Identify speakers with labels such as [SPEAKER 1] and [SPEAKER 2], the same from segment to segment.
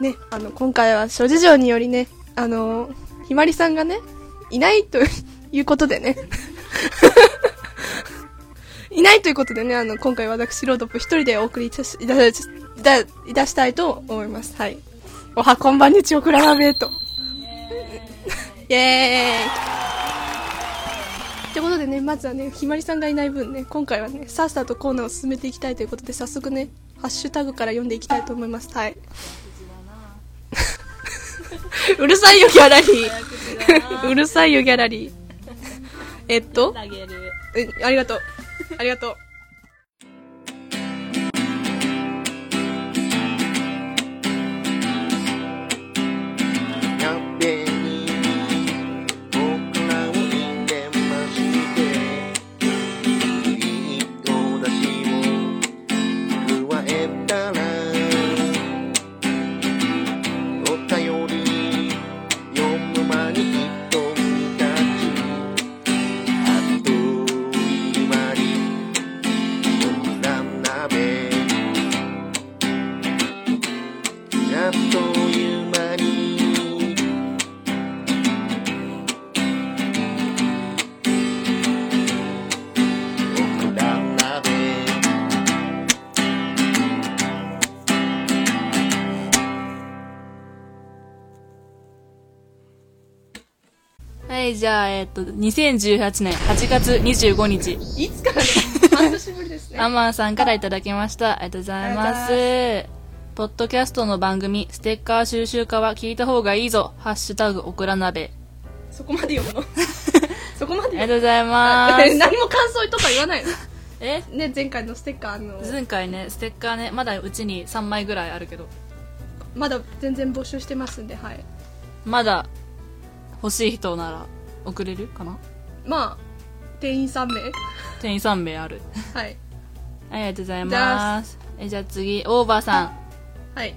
[SPEAKER 1] ね、あの、今回は諸事情によりね、あの、ひまりさんがね、いないということでね。いないということでね、あの、今回私、ロードップ一人でお送りいたし、いたし、いた、いたしたいと思います。はい。おはこんばんにちおくららべーと。 イエーイということでね、まずはね、ひまりさんがいない分ね、今回はね、さっさとコーナーを進めていきたいということで、早速ね、ハッシュタグから読んでいきたいと思います。はい。 うるさいよ、ギャラリー。 うるさいよ、ギャラリ ー。えっと、
[SPEAKER 2] あげる。
[SPEAKER 1] えありがとう。ありがとう。
[SPEAKER 3] カフェに僕らを入れましていいお出汁を加えたらお便り読む間に一人立ちあっという間に僕ら鍋あっという間に僕らまで
[SPEAKER 2] はい、じゃあ、えっと、2018年8月25日、
[SPEAKER 1] いつからね、半年ぶりですね。
[SPEAKER 2] アマンさんからいただきました。ありがとうございま
[SPEAKER 1] あ
[SPEAKER 2] す。ポッドキャストの番組、ステッカー収集家は聞いた方がいいぞ。ハッシュタグ、オクラ鍋。
[SPEAKER 1] そこまで読むの そこま
[SPEAKER 2] あ
[SPEAKER 1] で
[SPEAKER 2] りが
[SPEAKER 1] 読
[SPEAKER 2] とうございま
[SPEAKER 1] む
[SPEAKER 2] す。
[SPEAKER 1] 何も感想とか言わないの
[SPEAKER 2] え
[SPEAKER 1] ね、前回のステッカーあの、
[SPEAKER 2] 前回ね、ステッカーね、まだうちに3枚ぐらいあるけど、
[SPEAKER 1] まだ全然募集してますんで、はい。
[SPEAKER 2] まだ欲しい人なら送れるかな
[SPEAKER 1] まあ、店員3名。
[SPEAKER 2] 店員3名ある。
[SPEAKER 1] はい。
[SPEAKER 2] はいありがとうございます。えじゃあ次、オーバーさん。
[SPEAKER 1] はい。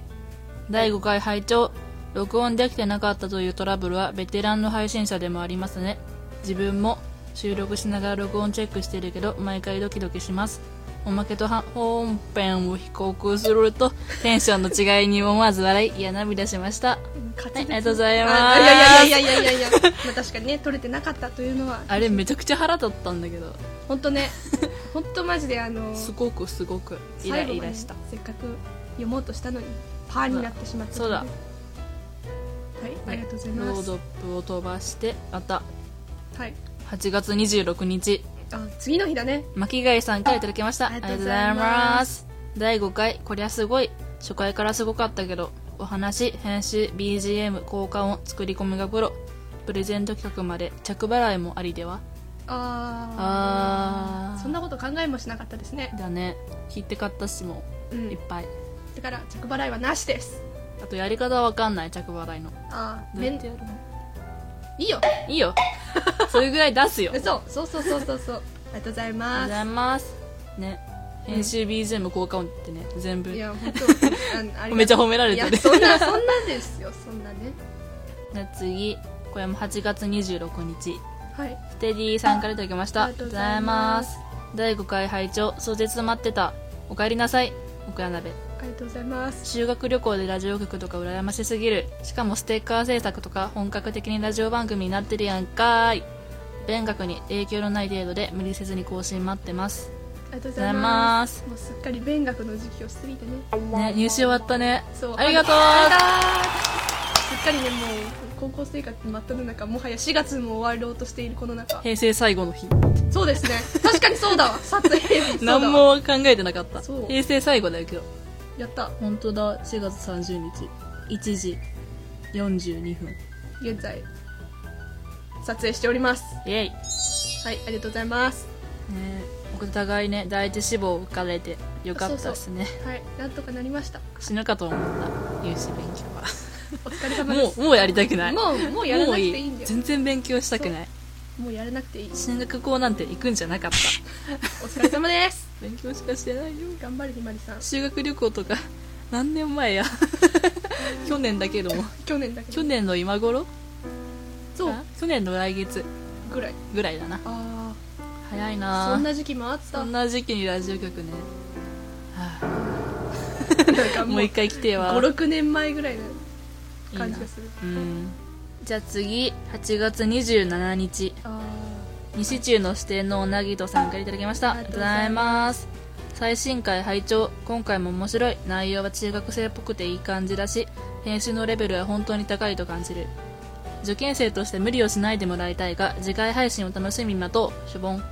[SPEAKER 2] 第5回拝聴録音できてなかったというトラブルはベテランの配信者でもありますね自分も収録しながら録音チェックしてるけど毎回ドキドキしますおまけとは本編を比較するとテンションの違いに思わず笑いいや涙しました
[SPEAKER 1] 勝
[SPEAKER 2] はいありがとうございます
[SPEAKER 1] あいやいやいやいやいやいやまあ確かにね、取れてなかったというのは、
[SPEAKER 2] あれめちゃくちゃ腹立ったんだけど
[SPEAKER 1] 本当 ね、本当マジであの、
[SPEAKER 2] すごくすごくイラ
[SPEAKER 1] 最後
[SPEAKER 2] イ
[SPEAKER 1] まで
[SPEAKER 2] ラした
[SPEAKER 1] せっかく読もうとしたのに、パーになってしまった。
[SPEAKER 2] そうだ
[SPEAKER 1] はい、ありがとうござい
[SPEAKER 2] ロ
[SPEAKER 1] ま
[SPEAKER 2] ー
[SPEAKER 1] す。
[SPEAKER 2] ドップを飛ばしてまた
[SPEAKER 1] はい。
[SPEAKER 2] 8月26日
[SPEAKER 1] あ、次の日だね。
[SPEAKER 2] 巻貝さんからいただきましたあ
[SPEAKER 1] あ
[SPEAKER 2] り
[SPEAKER 1] り
[SPEAKER 2] が
[SPEAKER 1] が
[SPEAKER 2] と
[SPEAKER 1] と
[SPEAKER 2] う
[SPEAKER 1] う
[SPEAKER 2] ご
[SPEAKER 1] ご
[SPEAKER 2] ざ
[SPEAKER 1] ざ
[SPEAKER 2] い
[SPEAKER 1] い
[SPEAKER 2] ま
[SPEAKER 1] ます
[SPEAKER 2] 第5回こりゃすごい初回からすごかったけどお話編集 BGM 効果音作り込みがプロプレゼント企画まで着払いもありでは
[SPEAKER 1] あ
[SPEAKER 2] あー
[SPEAKER 1] あそんなこと考えもしなかったですね、
[SPEAKER 2] だね聞いて買ったしも
[SPEAKER 1] う
[SPEAKER 2] いっ
[SPEAKER 1] ん、
[SPEAKER 2] ぱい
[SPEAKER 1] だから着払いはなしです
[SPEAKER 2] あとやり方わかんない着払いの
[SPEAKER 1] ああ
[SPEAKER 2] どう
[SPEAKER 1] め
[SPEAKER 2] や
[SPEAKER 1] ん
[SPEAKER 2] ってやるの
[SPEAKER 1] いいよ
[SPEAKER 2] い いよそれぐらい出すよありが
[SPEAKER 1] 嘘そうそうそうそうそうありがとうござい
[SPEAKER 2] とうご
[SPEAKER 1] ま
[SPEAKER 2] ざい
[SPEAKER 1] す
[SPEAKER 2] ますね編集 BGM 効果音ってね全部
[SPEAKER 1] い
[SPEAKER 2] じゃ
[SPEAKER 1] や本当あありがとう
[SPEAKER 2] めっちゃ褒められてる
[SPEAKER 1] いやそんなそんなですよそんなね
[SPEAKER 2] あ次これも8月26日
[SPEAKER 1] はい
[SPEAKER 2] ステディさんからいただきました。あ
[SPEAKER 1] あ
[SPEAKER 2] り
[SPEAKER 1] り
[SPEAKER 2] が
[SPEAKER 1] が
[SPEAKER 2] と
[SPEAKER 1] とうご
[SPEAKER 2] うご
[SPEAKER 1] ざ
[SPEAKER 2] ざい
[SPEAKER 1] い
[SPEAKER 2] ま
[SPEAKER 1] ますす。
[SPEAKER 2] 第5回拝聴壮絶待ってた。お帰りなさい。奥屋鍋。
[SPEAKER 1] ありがとうございます
[SPEAKER 2] 修学旅行でラジオ局とか羨ましすぎる。しかもステッカー制作とか本格的にラジオ番組になってるやんかーい。勉学に影響のない程度で無理せずに更新待ってます。
[SPEAKER 1] ありがとうご
[SPEAKER 2] ざ
[SPEAKER 1] ざ
[SPEAKER 2] い
[SPEAKER 1] い
[SPEAKER 2] ま
[SPEAKER 1] ますすもうすっかり勉学の時期を過ぎてね
[SPEAKER 2] ね、入試終わったね。
[SPEAKER 1] そう
[SPEAKER 2] ありがとう
[SPEAKER 1] ありがとうすっかりねもう高校生活真っ只中もはや4月も終わろうとしているこの中
[SPEAKER 2] 平成最後の日。
[SPEAKER 1] そうですね確かにそうだわ撮影日そうだわ
[SPEAKER 2] 何も考えてなかった。
[SPEAKER 1] そう
[SPEAKER 2] 平成最後だけど。
[SPEAKER 1] やった
[SPEAKER 2] 本当だ、4月30日。1時42分。
[SPEAKER 1] 現在撮影しております
[SPEAKER 2] イェイ。
[SPEAKER 1] はいありがとうございます
[SPEAKER 2] ねお互いね第一志望受かれてよかったですね
[SPEAKER 1] はいなんとかなりました
[SPEAKER 2] 死ぬかと思った入試勉強は
[SPEAKER 1] お疲れ様で
[SPEAKER 2] も
[SPEAKER 1] す
[SPEAKER 2] うもうやりたくないも
[SPEAKER 1] もうもうやらなくていいんだよ
[SPEAKER 2] 全然勉強したくない
[SPEAKER 1] もうやらなくていい
[SPEAKER 2] 進学校なんて行くんじゃなかった
[SPEAKER 1] お疲れ様です
[SPEAKER 2] 勉強しかしてないよ
[SPEAKER 1] 頑張るひまりさん
[SPEAKER 2] 修学旅行とか何年前 や去年だけども
[SPEAKER 1] 去年だけど
[SPEAKER 2] 去年の今頃
[SPEAKER 1] そう
[SPEAKER 2] あ去年の来月
[SPEAKER 1] ぐらい
[SPEAKER 2] ぐらいだな
[SPEAKER 1] あ
[SPEAKER 2] 早い
[SPEAKER 1] あ
[SPEAKER 2] な
[SPEAKER 1] そんな時期もあった
[SPEAKER 2] そんな時期にラジオ局ね、はあ
[SPEAKER 1] なんかも
[SPEAKER 2] も
[SPEAKER 1] う
[SPEAKER 2] う一回来ては
[SPEAKER 1] 56年前ぐらいの
[SPEAKER 2] いいな
[SPEAKER 1] 感じがする
[SPEAKER 2] うんじゃあ次8月27日
[SPEAKER 1] あ
[SPEAKER 2] 西中の支店のおなぎとさんからいただきまし
[SPEAKER 1] あ
[SPEAKER 2] た
[SPEAKER 1] り
[SPEAKER 2] あり
[SPEAKER 1] がとう
[SPEAKER 2] がとう
[SPEAKER 1] ご
[SPEAKER 2] ご
[SPEAKER 1] ざ
[SPEAKER 2] ざ
[SPEAKER 1] い
[SPEAKER 2] います最新回拝聴今回も面白い内容は中学生っぽくていい感じだし編集のレベルは本当に高いと感じる受験生として無理をしないでもらいたいが次回配信を楽しみに待とうしょぼん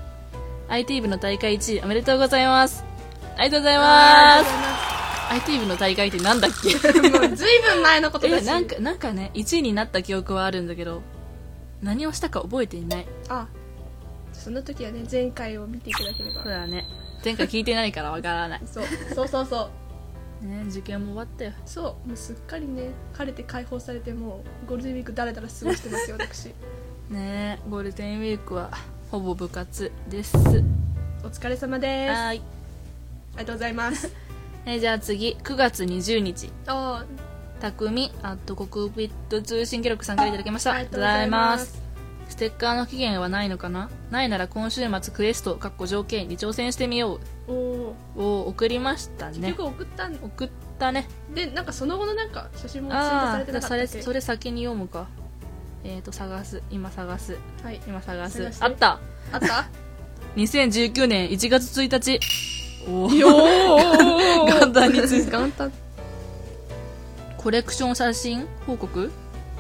[SPEAKER 2] IT 部の大会1位おめでとうございますありがとうござい
[SPEAKER 1] あ
[SPEAKER 2] ます
[SPEAKER 1] ー
[SPEAKER 2] IT 部の大会ってなんだっけ
[SPEAKER 1] ありがとうございますもうずいぶん前のことだ
[SPEAKER 2] え
[SPEAKER 1] し
[SPEAKER 2] なんかなんかね1位になった記憶はあるんだけど何をしたか覚えていない
[SPEAKER 1] あその時はね前回を見ていただけれ
[SPEAKER 2] そう
[SPEAKER 1] ば
[SPEAKER 2] だね前回聞いてないからわか らない、
[SPEAKER 1] そうそうそうそう
[SPEAKER 2] ね、受験も終わったよ
[SPEAKER 1] そうもうすっかりね晴れて解放されてもうゴールデンウィークだらだら過ごしてますよ 私
[SPEAKER 2] ねえゴールデンウィークはほぼ部活です
[SPEAKER 1] お疲れ様ですあ
[SPEAKER 2] はい、
[SPEAKER 1] りがとうございます
[SPEAKER 2] えじゃあ次9月20日
[SPEAKER 1] あ
[SPEAKER 2] たくみアットコクピット通信記録さんからいただきまし
[SPEAKER 1] ー
[SPEAKER 2] た
[SPEAKER 1] ありがとうございます
[SPEAKER 2] ステッカーの期限はないのかなないなら今週末クエストかっこ条件に挑戦してみよ
[SPEAKER 1] おお
[SPEAKER 2] うを送りました
[SPEAKER 1] ー
[SPEAKER 2] ね
[SPEAKER 1] 結局送ったん
[SPEAKER 2] 送ったね
[SPEAKER 1] でなんかその後のなんか写真も追加さ
[SPEAKER 2] あ
[SPEAKER 1] れて
[SPEAKER 2] あ
[SPEAKER 1] なかったっけ
[SPEAKER 2] それそれ先に読むかえっ、ー、と探す今探す
[SPEAKER 1] はい
[SPEAKER 2] 今探す
[SPEAKER 1] 探して
[SPEAKER 2] あった
[SPEAKER 1] あった
[SPEAKER 2] 2019年1月1日お お
[SPEAKER 1] よ ー
[SPEAKER 2] 元旦について
[SPEAKER 1] 元旦
[SPEAKER 2] コレクション写真報告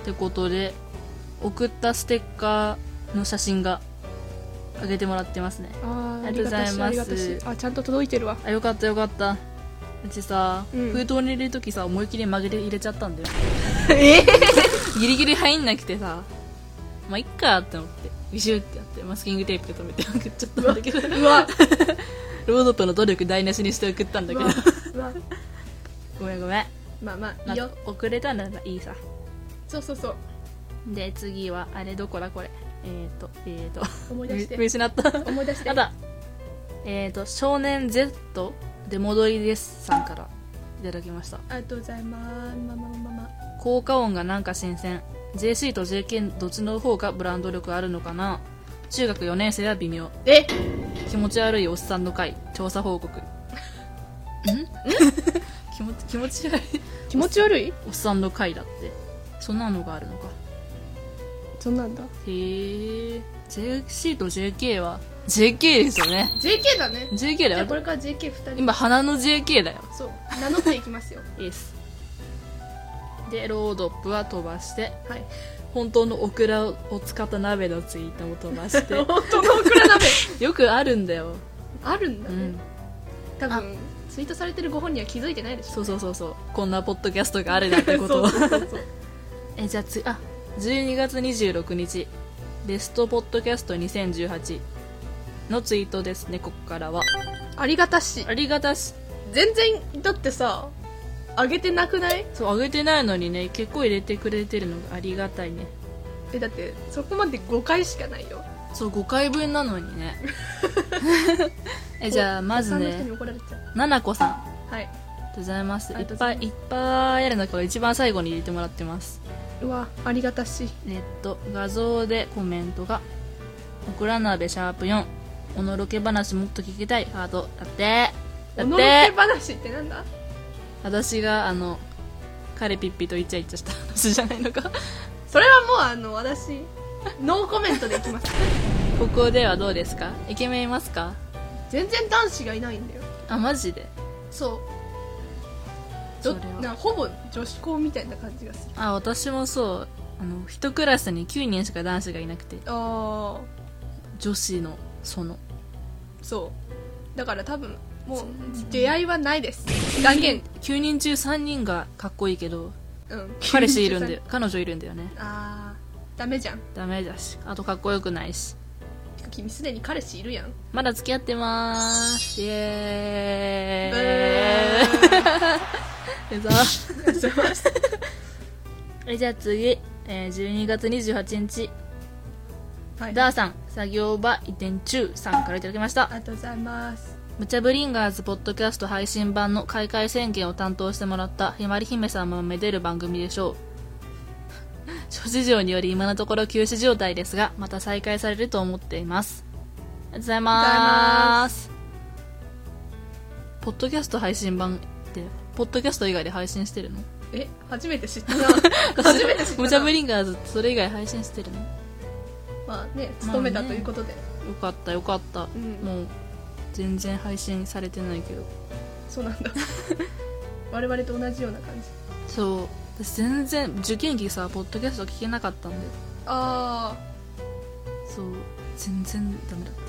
[SPEAKER 2] ってことで送ったステッカーの写真があげてもらってますね
[SPEAKER 1] あー
[SPEAKER 2] ありがとうございます
[SPEAKER 1] ありがたしありがたしあちゃんと届いてるわ
[SPEAKER 2] あよかったよかったうちさ、
[SPEAKER 1] うん
[SPEAKER 2] 封筒に入れるときさ思いっきり曲げて入れちゃったんだよ
[SPEAKER 1] ええ
[SPEAKER 2] ギリギリ入んなくてさまあいっかって思ってビシュってやってマスキングテープで止めて送っちゃったんだけど
[SPEAKER 1] う わ
[SPEAKER 2] ロードとの努力台無しにして送ったんだ
[SPEAKER 1] う
[SPEAKER 2] け
[SPEAKER 1] わ
[SPEAKER 2] ど
[SPEAKER 1] うわ
[SPEAKER 2] ごめんごめん
[SPEAKER 1] まあまあ
[SPEAKER 2] ま
[SPEAKER 1] いいよ
[SPEAKER 2] あ遅れたならいいさ
[SPEAKER 1] そうそうそう
[SPEAKER 2] で次はあれどこだこれえー、とえー、と
[SPEAKER 1] 思い出して
[SPEAKER 2] 見失った
[SPEAKER 1] 思い出して
[SPEAKER 2] あだえー、と少年 Z で戻りですさんからいただきました
[SPEAKER 1] ありがとうございますまあまあまあまあ
[SPEAKER 2] 効果音がなんか新鮮 JC と JK どっちの方がブランド力あるのかな中学4年生は微妙
[SPEAKER 1] え
[SPEAKER 2] 気持ち悪いおっさんの会調査報告ん 気持ち気持ち悪い
[SPEAKER 1] 気持ち悪い
[SPEAKER 2] おっさんの会だってそんなのがあるのか
[SPEAKER 1] そんなんだ
[SPEAKER 2] へえ JC と JK は JK ですよね
[SPEAKER 1] JK だね
[SPEAKER 2] JK
[SPEAKER 1] じ
[SPEAKER 2] だ
[SPEAKER 1] ゃあこ
[SPEAKER 2] よ
[SPEAKER 1] れから JK2 人
[SPEAKER 2] 今花の JK だよ
[SPEAKER 1] そう名乗っていきますよ
[SPEAKER 2] ですでロードップは飛ばして
[SPEAKER 1] はい
[SPEAKER 2] 本当のオクラを使った鍋のツイートも飛ば して
[SPEAKER 1] 本当のオクラ鍋
[SPEAKER 2] よくあるんだよ、
[SPEAKER 1] あるんだ
[SPEAKER 2] う
[SPEAKER 1] ね
[SPEAKER 2] ん、
[SPEAKER 1] 多分ツイートされてるご本人は気づいてないでしょ
[SPEAKER 2] そうそうそうそうこんなポッドキャストがあるなんてことを
[SPEAKER 1] そうそうそう
[SPEAKER 2] えじゃあつあ12月26日ベストポッドキャスト2018のツイートですねここからは
[SPEAKER 1] ありがたし
[SPEAKER 2] ありがたし
[SPEAKER 1] 全然だってさあげてなくない
[SPEAKER 2] そう上げてないのにね結構入れてくれてるのがありがたいね
[SPEAKER 1] えだってそこまで5回しかないよ
[SPEAKER 2] そう5回分なのにね えじゃあまず
[SPEAKER 1] お客さんの人
[SPEAKER 2] ね
[SPEAKER 1] に怒られちゃう
[SPEAKER 2] ななこさんあ
[SPEAKER 1] はい
[SPEAKER 2] りがとうございます
[SPEAKER 1] あ
[SPEAKER 2] い
[SPEAKER 1] り
[SPEAKER 2] っ
[SPEAKER 1] がとうご
[SPEAKER 2] ぱ
[SPEAKER 1] ざ
[SPEAKER 2] い
[SPEAKER 1] い
[SPEAKER 2] いっぱいある中で一番最後に入れてもらってます
[SPEAKER 1] うわありがたし
[SPEAKER 2] えっと画像でコメントが「オクラ鍋シャープ #4」「おのろけ話もっと聞きたいハート」だってだ
[SPEAKER 1] お
[SPEAKER 2] っ
[SPEAKER 1] のろけ
[SPEAKER 2] て
[SPEAKER 1] 話ってなんだ
[SPEAKER 2] 私があの彼ピッピとイチャイチャした話じゃないのか
[SPEAKER 1] それはもうあの私ノーコメントでいきます
[SPEAKER 2] ここではどうですかイケメンいますか
[SPEAKER 1] 全然男子がいないんだよ
[SPEAKER 2] あマジで
[SPEAKER 1] そうど
[SPEAKER 2] それは
[SPEAKER 1] なほぼ女子校みたいな感じがする
[SPEAKER 2] あ私もそうあの一クラスに9人しか男子がいなくて
[SPEAKER 1] ああ
[SPEAKER 2] 女子のその
[SPEAKER 1] そうだから多分もう出会いはないです断言
[SPEAKER 2] 9人中3人がかっこいいけど
[SPEAKER 1] うん
[SPEAKER 2] 彼氏いるんだよ彼女いるんだよね
[SPEAKER 1] ああダメじゃん
[SPEAKER 2] ダメだしあとかっこよくないして
[SPEAKER 1] か君すでに彼氏いるやん
[SPEAKER 2] まだ付き合ってまーすイエ
[SPEAKER 1] え
[SPEAKER 2] ーイえざ えじゃあ次、えー、12月28日
[SPEAKER 1] ーはい
[SPEAKER 2] ダーさん作業場移転中さんからいただきました
[SPEAKER 1] ありがとうございます
[SPEAKER 2] ムチャブリンガーズポッドキャスト配信版の開会宣言を担当してもらったひまり姫さんもめでる番組でしょう 諸事情により今のところ休止状態ですがまた再開されると思っていますありがとうございますポッドキャスト配信版ってポポッドキャスト以外で配信してるの
[SPEAKER 1] え初めて知ったな初めて知ったな
[SPEAKER 2] ムチャブリンガーズってそれ以外配信してるのよ
[SPEAKER 1] まあね勤めたということで、
[SPEAKER 2] かったよかっ
[SPEAKER 1] ん
[SPEAKER 2] た、もう全然配信されてないけど
[SPEAKER 1] そうなんだ我々と同じような感じ
[SPEAKER 2] そう私全然受験期さポッドキャスト聞けなかったんで
[SPEAKER 1] あ
[SPEAKER 2] そう全然ダメだった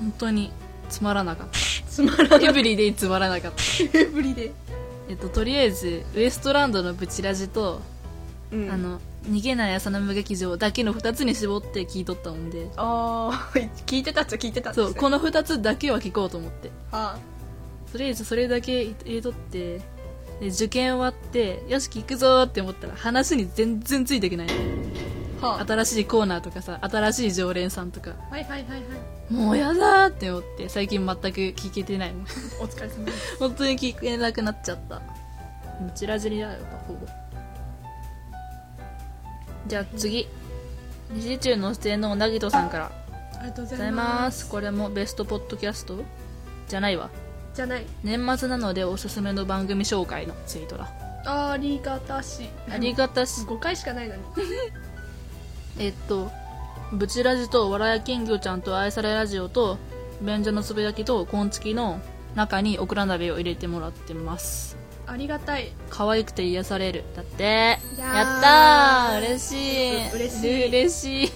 [SPEAKER 2] 本当につまらなかっ
[SPEAKER 1] あつまら
[SPEAKER 2] たエブリデイつまらなかった
[SPEAKER 1] ないぶりで、
[SPEAKER 2] えっととりあえずウエストランドのブチラジと、
[SPEAKER 1] うん
[SPEAKER 2] あの逃げない朝の無劇場だけの2つに絞って聞いとったもんで
[SPEAKER 1] あー 聞いてたっちゃ聞いてたんです
[SPEAKER 2] そ
[SPEAKER 1] ね
[SPEAKER 2] うこの2つだけは聞こうと思って
[SPEAKER 1] あ
[SPEAKER 2] とりあえずそれだけ入れとってで受験終わってよし聞くぞーって思ったら話に全然ついていけない
[SPEAKER 1] あはあ
[SPEAKER 2] 新しいコーナーとかさ新しい常連さんとか
[SPEAKER 1] はいはいはいはい
[SPEAKER 2] もうやだーって思って最近全く聞けてないもん
[SPEAKER 1] お疲れ様です
[SPEAKER 2] 本当に聞けなくなっちゃったもうチラジリだよほぼじゃあ次西中の出演のなぎとさんから
[SPEAKER 1] ありがとうござ
[SPEAKER 2] ござ
[SPEAKER 1] い
[SPEAKER 2] い
[SPEAKER 1] ま
[SPEAKER 2] ますすこれもベストポッドキャストじゃないわ
[SPEAKER 1] じゃない
[SPEAKER 2] 年末なのでおすすめの番組紹介のツイートだ
[SPEAKER 1] ありがたし
[SPEAKER 2] ありがたし
[SPEAKER 1] 5回しかないのに
[SPEAKER 2] えっと「ブチラジ」と「笑い金魚ちゃん」と「愛されラジオ」と「便所のつぶやき」と「紺付き」の中にオクラ鍋を入れてもらってます
[SPEAKER 1] ありがたい
[SPEAKER 2] 可愛くて癒されるだって
[SPEAKER 1] いやー
[SPEAKER 2] やったー嬉しい
[SPEAKER 1] 嬉しい
[SPEAKER 2] 嬉しい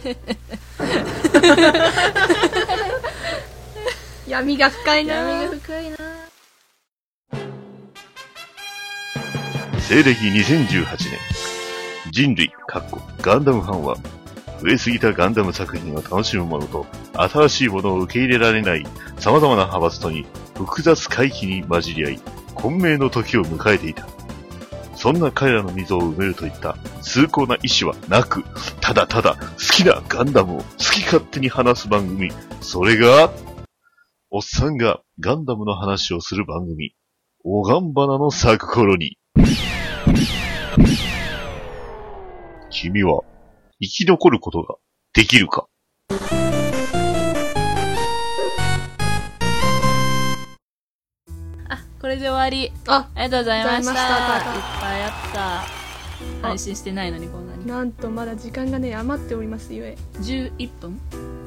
[SPEAKER 1] 闇が深いな
[SPEAKER 2] 闇が深いな
[SPEAKER 4] 西暦2018年、人類、かっこガンダムファンは、増えすぎたガンダム作品を楽しむものと、新しいものを受け入れられない様々な派閥とに、複雑回帰に混じり合い、混迷の時を迎えていた。そんな彼らの溝を埋めるといった崇高な意志はなく、ただただ好きなガンダムを好き勝手に話す番組、それが、おっさんがガンダムの話をする番組、おがんばなの咲く頃に、君は生き残ることができるか
[SPEAKER 2] あこれで終わり
[SPEAKER 1] あ
[SPEAKER 2] ありがとうございま
[SPEAKER 1] ありがとう
[SPEAKER 2] した
[SPEAKER 1] ございました
[SPEAKER 2] いっぱいあった
[SPEAKER 1] あ
[SPEAKER 2] 配信してないのにこんなに
[SPEAKER 1] なんとまだ時間がね余っておりますゆえ
[SPEAKER 2] 11分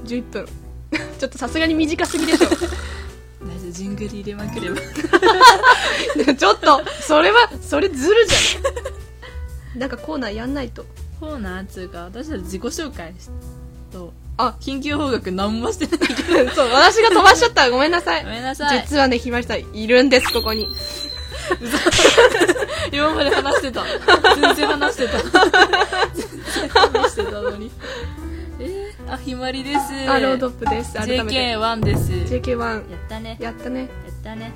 [SPEAKER 1] 11分 ちょっとさすがに短すぎでしょ
[SPEAKER 2] 大丈夫ジングル入れまくれば
[SPEAKER 1] ちょっとそれはそれずるじゃないなんかコーナーやんないと
[SPEAKER 2] コーナーっつうか私たち自己紹介しと
[SPEAKER 1] あ
[SPEAKER 2] 緊急報告何もしてないけど
[SPEAKER 1] そう私が飛ばしちゃったごめんなさい
[SPEAKER 2] ごめんなさい
[SPEAKER 1] 実はね来ましたいるんですここに
[SPEAKER 2] 今まで話してた全然話し てた全然話してたのにえー、あひまりです
[SPEAKER 1] アロードップです改めて
[SPEAKER 2] JK1 ですや
[SPEAKER 1] JK1
[SPEAKER 2] ったねや
[SPEAKER 1] やったね
[SPEAKER 2] ったね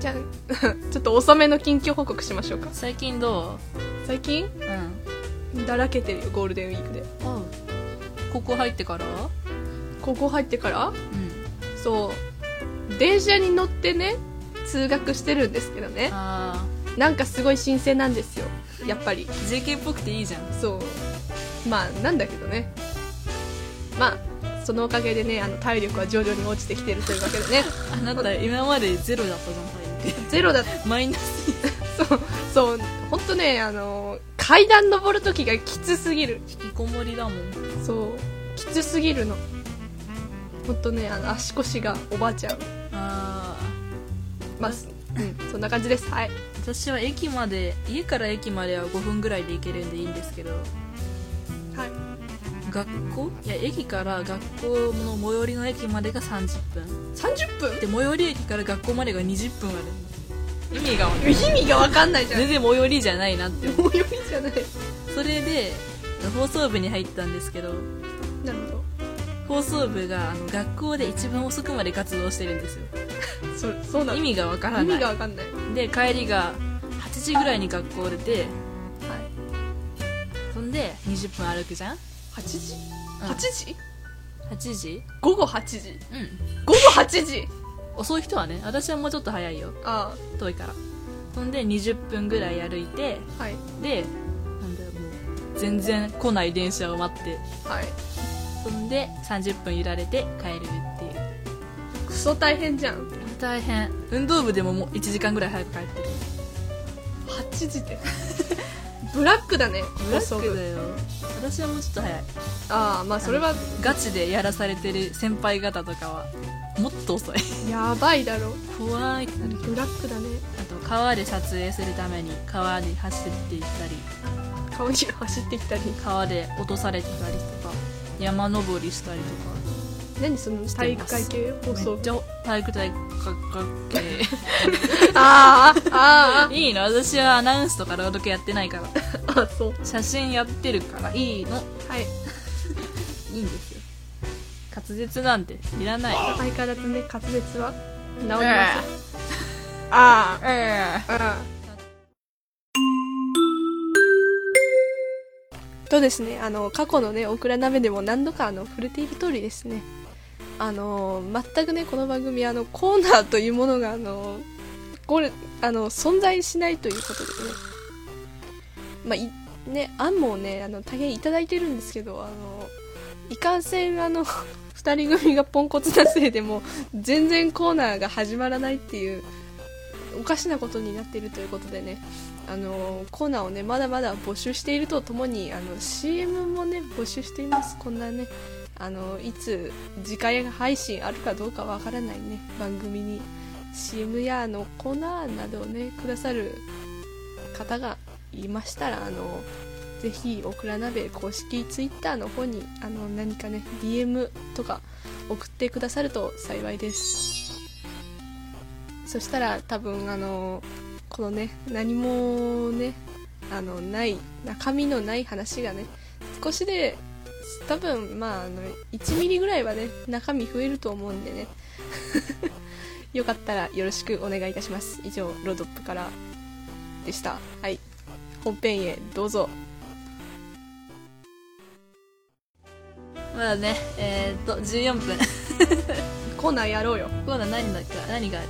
[SPEAKER 1] じゃあ ちょっと遅めの緊急報告しましょうか
[SPEAKER 2] 最近ど
[SPEAKER 1] 最近
[SPEAKER 2] ううん
[SPEAKER 1] だらけてるよゴールデンウィークで
[SPEAKER 2] おうここ入ってからう
[SPEAKER 1] 高校入ってから
[SPEAKER 2] ん
[SPEAKER 1] そう電車に乗ってね通学してるんですけどね
[SPEAKER 2] あ
[SPEAKER 1] なんかすごい新鮮なんですよやっぱり
[SPEAKER 2] あ JK っぽくていいじゃん
[SPEAKER 1] そうまあなんだけどねまあそのおかげでねあの体力は徐々に落ちてきてるというわけでね
[SPEAKER 2] あなた今までゼロだったじゃん体力
[SPEAKER 1] ゼロだ
[SPEAKER 2] マイナス
[SPEAKER 1] そうそう本当ねあの階段登る時がきつすぎる
[SPEAKER 2] 引きこもりだもん
[SPEAKER 1] そうきつすぎるの本当ねあの足腰がおばあちゃん
[SPEAKER 2] ああ
[SPEAKER 1] まあ、すうん、そんな感じですはい
[SPEAKER 2] 私は駅まで家から駅までは5分ぐらいで行けるんでいいんですけど
[SPEAKER 1] はい
[SPEAKER 2] 学校いや駅から学校の最寄りの駅までが30分
[SPEAKER 1] 30分
[SPEAKER 2] で最寄り駅から学校までが20分ある意味がわかん ない
[SPEAKER 1] 意味がわかんないじゃん
[SPEAKER 2] 全然最寄りじゃないなって思
[SPEAKER 1] 最寄りじゃないう
[SPEAKER 2] それで放送部に入ったんですけど
[SPEAKER 1] なるほ
[SPEAKER 2] 放送部があの学校で一番遅くまで活動してるんですよ
[SPEAKER 1] どそそうなの
[SPEAKER 2] 意味がわから
[SPEAKER 1] 意
[SPEAKER 2] な
[SPEAKER 1] 味
[SPEAKER 2] い
[SPEAKER 1] がわかんない
[SPEAKER 2] で帰りが8時ぐらいに学校出てそんで20分歩くじゃん、うん、
[SPEAKER 1] 8時8時
[SPEAKER 2] 8時
[SPEAKER 1] 午後8時
[SPEAKER 2] うん
[SPEAKER 1] 午後8時
[SPEAKER 2] 遅い人はね私はもうちょっと早いよ
[SPEAKER 1] あ
[SPEAKER 2] 遠いからそんで20分ぐらい歩いて
[SPEAKER 1] あはい
[SPEAKER 2] でなんだろうもう全然来ない電車を待って
[SPEAKER 1] はい
[SPEAKER 2] そんで30分揺られて帰るっていう
[SPEAKER 1] クソ大変じゃん
[SPEAKER 2] 大変運動部でももう1時間ぐらい早く帰ってる
[SPEAKER 1] 8時 でブラックだね
[SPEAKER 2] ブラックだよ私はもうちょっと早い
[SPEAKER 1] ああまあそれは
[SPEAKER 2] ガチでやらされてる先輩方とかはもっと遅い
[SPEAKER 1] やばいだろ
[SPEAKER 2] 怖いってなるけど
[SPEAKER 1] ブラックだね
[SPEAKER 2] あと川で撮影するために川に走っていったり
[SPEAKER 1] 顔に走ってきたり
[SPEAKER 2] 川で落とされてたりとか山登りしたりとか
[SPEAKER 1] 何その体育会系放
[SPEAKER 2] め
[SPEAKER 1] 送
[SPEAKER 2] っちゃ体育大学
[SPEAKER 1] あーあーあー
[SPEAKER 2] 系 いいの私はアナウンスとか朗読やってないから
[SPEAKER 1] ああそう
[SPEAKER 2] 写真やってるからいいの
[SPEAKER 1] はい
[SPEAKER 2] いいんですよ滑舌なんていらない
[SPEAKER 1] 相変わらずね滑舌は治りますよあ
[SPEAKER 2] え
[SPEAKER 1] ああとですねあの過去のねオクラ鍋でも何度かあの触れている通りですねあの全くねこの番組あのコーナーというものがあのこれあの存在しないということですねまあいね案もねあの大変いただいてるんですけどあのいかんせんあの二人組がポンコツなせいでもう全然コーナーが始まらないっていうおかしなことになっているということでねあのコーナーをねまだまだ募集しているとともにあの CM もね募集していますこんなねあのいつ次回配信あるかどうかわからないね番組に CM やあのコーナーなどをねくださる方がいましたらあのぜひオクラ鍋公式ツイッターの方にあの何かね DM とか送ってくださると幸いですそしたら多分あのこのね何もねあのない中身のない話がね少しで多分まああの1ミリぐらいはね中身増えると思うんでね よかったらよろしくお願いいたします以上ロドップからでしたはい本編へどうぞ
[SPEAKER 2] まだねえー、っと14分
[SPEAKER 1] コーナーやろうよ
[SPEAKER 2] コーナー何だっけ何がある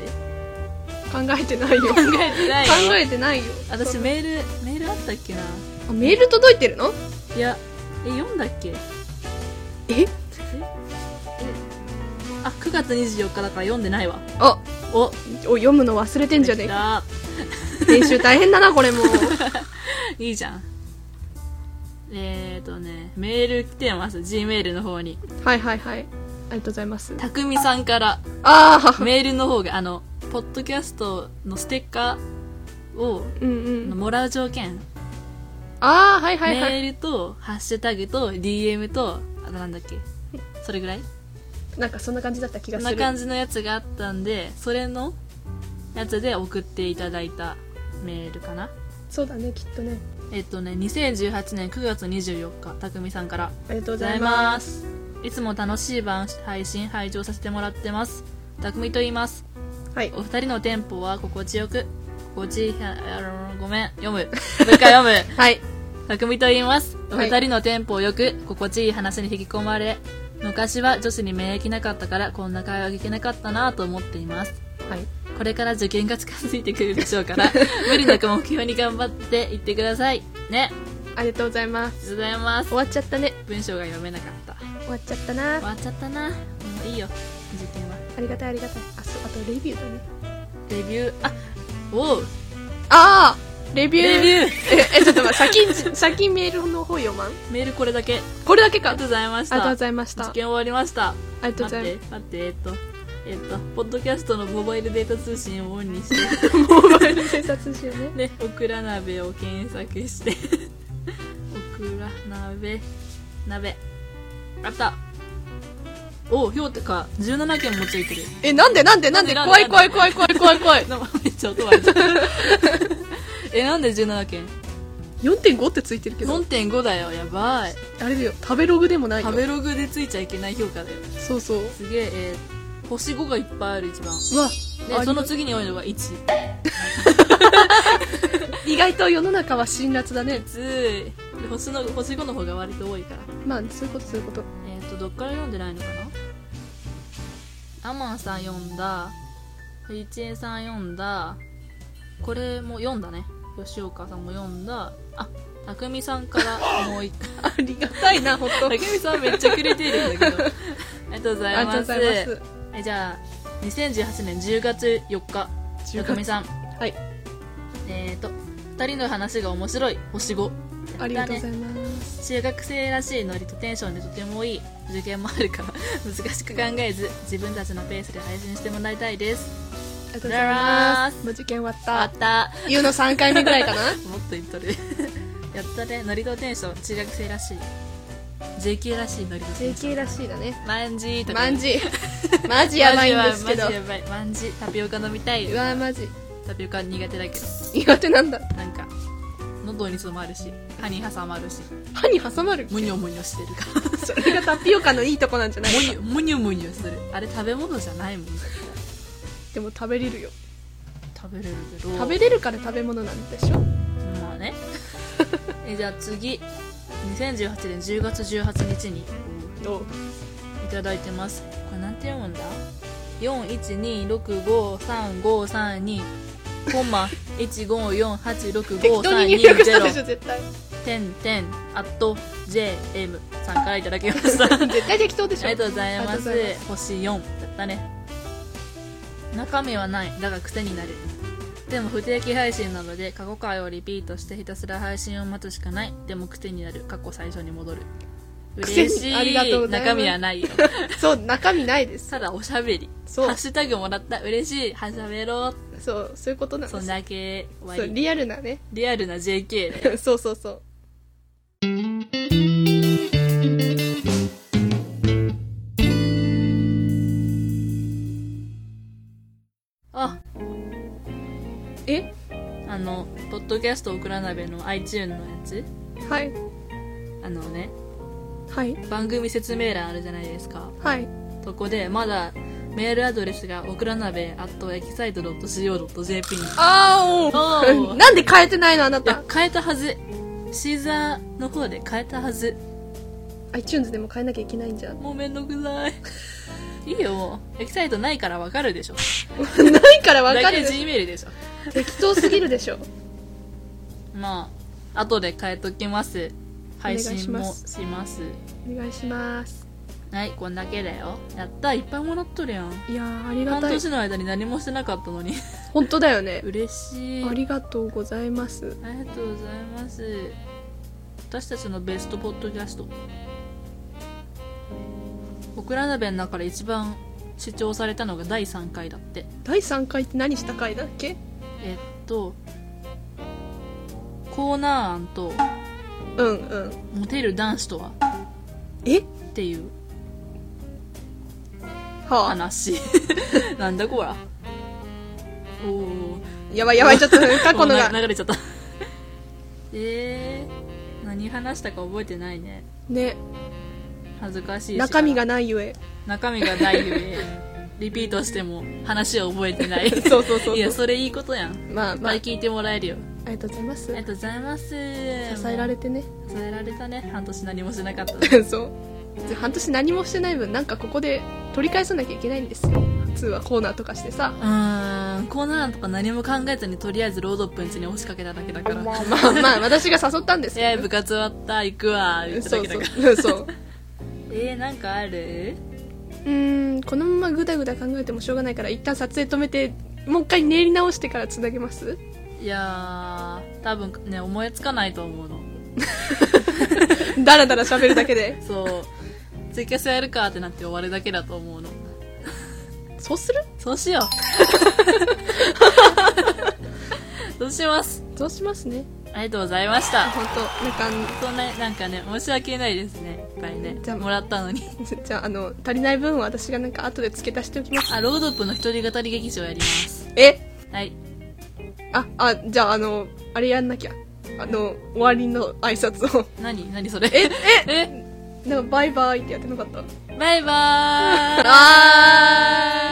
[SPEAKER 1] 考えてないよ考
[SPEAKER 2] 考えてない
[SPEAKER 1] 考えてないよ
[SPEAKER 2] 私
[SPEAKER 1] そん
[SPEAKER 2] メールメールあったっけな
[SPEAKER 1] あメール届いてるの
[SPEAKER 2] いやえ読んだっけ
[SPEAKER 1] え
[SPEAKER 2] あ9月24日だから読んでないわ
[SPEAKER 1] あ
[SPEAKER 2] お
[SPEAKER 1] お読むの忘れてんじゃね えか
[SPEAKER 2] だ
[SPEAKER 1] 編集大変だなこれも
[SPEAKER 2] いいじゃんえー、っとねメール来てます G メールの方に
[SPEAKER 1] はいはいはいありがとうございます
[SPEAKER 2] たくみさんから
[SPEAKER 1] ああ
[SPEAKER 2] メールの方があのポッドキャストのステッカーを
[SPEAKER 1] うんうん
[SPEAKER 2] もらう条件、
[SPEAKER 1] ああはいはいはい
[SPEAKER 2] メールとハッシュタグと DM とあとなんだっけそれぐらい
[SPEAKER 1] なんかそんな感じだった気
[SPEAKER 2] そ
[SPEAKER 1] が
[SPEAKER 2] ん
[SPEAKER 1] す
[SPEAKER 2] な
[SPEAKER 1] る
[SPEAKER 2] 感じのやつがあったんでそれのやつで送っていただいたメールかな
[SPEAKER 1] そうだねきっとね
[SPEAKER 2] えっとね2018年9月24日たくみさんから
[SPEAKER 1] ありがとう
[SPEAKER 2] ご
[SPEAKER 1] ご
[SPEAKER 2] ざ
[SPEAKER 1] ざ
[SPEAKER 2] い
[SPEAKER 1] いま
[SPEAKER 2] ますいつも楽しい番配信拝聴させてもらってますたくみと言います
[SPEAKER 1] すはい
[SPEAKER 2] お二人のテンポは心地よく心地いいああのごめん読むもう一回 読む
[SPEAKER 1] はい
[SPEAKER 2] 匠と言います。お
[SPEAKER 1] はい
[SPEAKER 2] 二人のテンポをよく、心地いい話に引き込まれ、昔は女子に免疫なかったから、こんな会話が聞けなかったなぁと思っています。
[SPEAKER 1] はい
[SPEAKER 2] これから受験が近づいてくるでしょう から、無理なく目標に頑張っていってください。ね。
[SPEAKER 1] ありがとうございま
[SPEAKER 2] ありが
[SPEAKER 1] す
[SPEAKER 2] とうございます
[SPEAKER 1] 終。わっちゃったね
[SPEAKER 2] 文章が読めなかった。終
[SPEAKER 1] 終わっちゃったなあ
[SPEAKER 2] わっちゃったな。もういいよ、受験は。
[SPEAKER 1] りがたいありがたいあそうあとレビューだね
[SPEAKER 2] レビュー、あ、おう、
[SPEAKER 1] ああレビュー
[SPEAKER 2] レビュー
[SPEAKER 1] ええちょっと待って先先メールの方読まん
[SPEAKER 2] メールこれだけ。
[SPEAKER 1] これだけ
[SPEAKER 2] あり
[SPEAKER 1] か
[SPEAKER 2] が
[SPEAKER 1] あ
[SPEAKER 2] と
[SPEAKER 1] り
[SPEAKER 2] うございました。
[SPEAKER 1] がとうございました
[SPEAKER 2] 受験終わりました。
[SPEAKER 1] ありがとうご
[SPEAKER 2] 待
[SPEAKER 1] ざ
[SPEAKER 2] っ
[SPEAKER 1] い
[SPEAKER 2] て待ってえっとえっとポッドキャストのモバイルデータ通信をオンにして
[SPEAKER 1] ますモバイ ル警察署ね
[SPEAKER 2] ねオクラ鍋を検索して オクラ鍋鍋あったお評価17件もついてる
[SPEAKER 1] えなんでなんでなんで
[SPEAKER 2] なんで
[SPEAKER 1] 怖い怖
[SPEAKER 2] なん
[SPEAKER 1] い怖い怖い怖い 怖い
[SPEAKER 2] なんかめっちゃ音割れた えなんで17件
[SPEAKER 1] 4.5ってついてるけど
[SPEAKER 2] 4.5だよやばい
[SPEAKER 1] あれだよ食べログでもないよ
[SPEAKER 2] 食べログでついちゃいけない評価だよ
[SPEAKER 1] そうそう
[SPEAKER 2] すげええー星5がいっぱいある一番
[SPEAKER 1] うわあ
[SPEAKER 2] で
[SPEAKER 1] り
[SPEAKER 2] その次に多いのが1
[SPEAKER 1] 意外と世の中は辛辣だね
[SPEAKER 2] つい星の星5の方が割と多いから
[SPEAKER 1] まあそういうことそういうこと
[SPEAKER 2] えっ、とどっから読んでないのかなアマンさん読んだフリチエさん読んだこれも読んだね吉岡さんも読んだあたくみさんからもう一回
[SPEAKER 1] ありが たいな本当
[SPEAKER 2] たくみさんめっちゃくれてるんだけど ありがとうござ
[SPEAKER 1] あ
[SPEAKER 2] い
[SPEAKER 1] りがとうご
[SPEAKER 2] ます
[SPEAKER 1] ざいま
[SPEAKER 2] えじゃあ2018年10月4日
[SPEAKER 1] す
[SPEAKER 2] たくみさん
[SPEAKER 1] はい
[SPEAKER 2] えっ、と二人の話が面白い星5
[SPEAKER 1] ありがとうございます。
[SPEAKER 2] 中学生らしいノリとテンションでとてもいい受験もあるから 難しく考えず自分たちのペースで配信してもらいたいです
[SPEAKER 1] ありがとうございま
[SPEAKER 2] ありがとうございます
[SPEAKER 1] す。もう受験終わっ
[SPEAKER 2] あ
[SPEAKER 1] た
[SPEAKER 2] っ。た
[SPEAKER 1] 言うの3回目ぐらいかな
[SPEAKER 2] もっと言っとる やったねノリとテンション中学生らしい JK らしいノリとテンション
[SPEAKER 1] ?JK らしいだね。
[SPEAKER 2] マンジーとか
[SPEAKER 1] マンジ。マジやばいんですけど。
[SPEAKER 2] マジやばいマンジタピオカ飲みたいう
[SPEAKER 1] わ、マジ。
[SPEAKER 2] タピオカ苦手だけど
[SPEAKER 1] 苦手なんだ。
[SPEAKER 2] なんか喉に詰まるし歯に挟まるし
[SPEAKER 1] 歯に挟まる。
[SPEAKER 2] むにょむにょしてるから
[SPEAKER 1] それがタピオカのいいとこなんじゃない
[SPEAKER 2] むにょむにょむにょするあれ食べ物じゃないもん
[SPEAKER 1] でも食べれるよ。
[SPEAKER 2] 食べれるけど
[SPEAKER 1] 食べれるから食べ物なんでしょ
[SPEAKER 2] まあね えじゃあ次2018年10月18日に
[SPEAKER 1] どう
[SPEAKER 2] いただいてますこれなんて読むんだ4126535332コンマ
[SPEAKER 1] 適当に入力したでし
[SPEAKER 2] 154865320
[SPEAKER 1] ょ、絶 対。
[SPEAKER 2] 点点アット JM さんからいただきましたあり
[SPEAKER 1] 絶対適当でしょ。
[SPEAKER 2] がとうござい
[SPEAKER 1] あ
[SPEAKER 2] ま
[SPEAKER 1] り
[SPEAKER 2] す
[SPEAKER 1] がとうございま
[SPEAKER 2] 星4だったね中身はないだが癖になるでも不定期配信なので過去回をリピートしてひたすら配信を待つしかないでも癖になる過去最初に戻る
[SPEAKER 1] 癖に
[SPEAKER 2] 嬉しい
[SPEAKER 1] ありがとうございます
[SPEAKER 2] 中身はないよ
[SPEAKER 1] す。そう、中身ないです。
[SPEAKER 2] ただおしゃべり
[SPEAKER 1] そう
[SPEAKER 2] ハッシュタグもらった嬉しいはしゃべろう
[SPEAKER 1] そう、そういうことなん
[SPEAKER 2] そ
[SPEAKER 1] で
[SPEAKER 2] ん
[SPEAKER 1] す。
[SPEAKER 2] だけ終
[SPEAKER 1] そ
[SPEAKER 2] わ
[SPEAKER 1] う、
[SPEAKER 2] り
[SPEAKER 1] リアルな ね。
[SPEAKER 2] リアルな JK で
[SPEAKER 1] そうそうそう。
[SPEAKER 2] あ
[SPEAKER 1] え
[SPEAKER 2] あのポッドキャストオクラ鍋の iTune のやつ
[SPEAKER 1] はい。
[SPEAKER 2] あのね
[SPEAKER 1] はい。
[SPEAKER 2] 番組説明欄あるじゃないですか
[SPEAKER 1] はい。
[SPEAKER 2] そこでまだメールアドレスがオクラ鍋 at エキサイト .co.jp に
[SPEAKER 1] あー
[SPEAKER 2] お
[SPEAKER 1] お
[SPEAKER 2] ー
[SPEAKER 1] う なんで変えてないのあないた
[SPEAKER 2] や。変えたはずシーザーの方で変えたはず
[SPEAKER 1] iTunes でも変えなきゃいけないんじゃん。
[SPEAKER 2] もうめんどくさいいいよもうエキサイトないからわかるでしょ
[SPEAKER 1] ないからわか
[SPEAKER 2] だけ
[SPEAKER 1] るでし
[SPEAKER 2] Gmail でしょ
[SPEAKER 1] ょ。適当すぎるでしょ。
[SPEAKER 2] まあ後で変えときます配信も
[SPEAKER 1] お願いしま
[SPEAKER 2] します
[SPEAKER 1] すお願いします。
[SPEAKER 2] はいこんだけだよやったいっぱいもらっとるやん
[SPEAKER 1] いやー、ありが
[SPEAKER 2] 半
[SPEAKER 1] たい
[SPEAKER 2] 年。の間に何もしてなかったのに
[SPEAKER 1] 本当だよね。
[SPEAKER 2] 嬉しい
[SPEAKER 1] ありがとうございます。
[SPEAKER 2] ありがとうございます私たちのベストポッドキャストオクラ鍋の中で一番視聴されたのが第3回だって
[SPEAKER 1] 第3回って何した回だっけ
[SPEAKER 2] えっとコーナー案と
[SPEAKER 1] うんうん。
[SPEAKER 2] モテる男子とは
[SPEAKER 1] え
[SPEAKER 2] っていう
[SPEAKER 1] はあ、
[SPEAKER 2] 話 なんだこらおお
[SPEAKER 1] やばいやばい、ちょっと過 去のが。
[SPEAKER 2] 流れちゃったえー、何話したか覚えてないね
[SPEAKER 1] ね、
[SPEAKER 2] 恥ずかしいし
[SPEAKER 1] 中身がないゆえ。
[SPEAKER 2] 中身がないゆえリピートしても話を覚えてない
[SPEAKER 1] そうそうそうそう
[SPEAKER 2] い やそれいいことやんいっ
[SPEAKER 1] まあまあ、
[SPEAKER 2] ぱ
[SPEAKER 1] あ
[SPEAKER 2] い
[SPEAKER 1] り
[SPEAKER 2] 聞いてもらえるよ
[SPEAKER 1] がとうございます。支
[SPEAKER 2] ありがとうございます支
[SPEAKER 1] えられてね。
[SPEAKER 2] 支えられたね半年何もしなかった
[SPEAKER 1] そう。半年何もしてない分、なんかここで取り返さなきゃいけないんですよ。普通はコーナーとかしてさ。
[SPEAKER 2] うーんコーナーなんとか何も考えずにとりあえずロードップンちに押しかけただけだから
[SPEAKER 1] まあまあ、私が誘ったんです
[SPEAKER 2] え
[SPEAKER 1] け
[SPEAKER 2] ー、
[SPEAKER 1] ど
[SPEAKER 2] 部活終わった行くわ言った
[SPEAKER 1] そう
[SPEAKER 2] だけだ
[SPEAKER 1] そ
[SPEAKER 2] から
[SPEAKER 1] う。 そう。
[SPEAKER 2] えー、なんかある
[SPEAKER 1] うーんこのままぐだぐだ考えてもしょうがないから一旦撮影止めてもう一回練り直してからつなげます
[SPEAKER 2] いやー多分ね思いつかないと思うの
[SPEAKER 1] だらだら喋るだけ で
[SPEAKER 2] そうツイキャスやるかってなって終わるだけだと思うの
[SPEAKER 1] そうする
[SPEAKER 2] そう しようそうします
[SPEAKER 1] そうしますね
[SPEAKER 2] ありがとうございました
[SPEAKER 1] 本当なんかあの
[SPEAKER 2] そんななんかね申し訳ないですねいっぱいね
[SPEAKER 1] じゃあ
[SPEAKER 2] もらったのに
[SPEAKER 1] じゃああの足りない分は私がなんか後で付け足しておきます
[SPEAKER 2] あロードップの一人語り劇場やります
[SPEAKER 1] え
[SPEAKER 2] はい
[SPEAKER 1] ああじゃああのあれやんなきゃあの終わりの挨拶を
[SPEAKER 2] 何何それ
[SPEAKER 1] え
[SPEAKER 2] え
[SPEAKER 1] なんかバイバイってやってなかった
[SPEAKER 2] バイバーイ
[SPEAKER 1] あー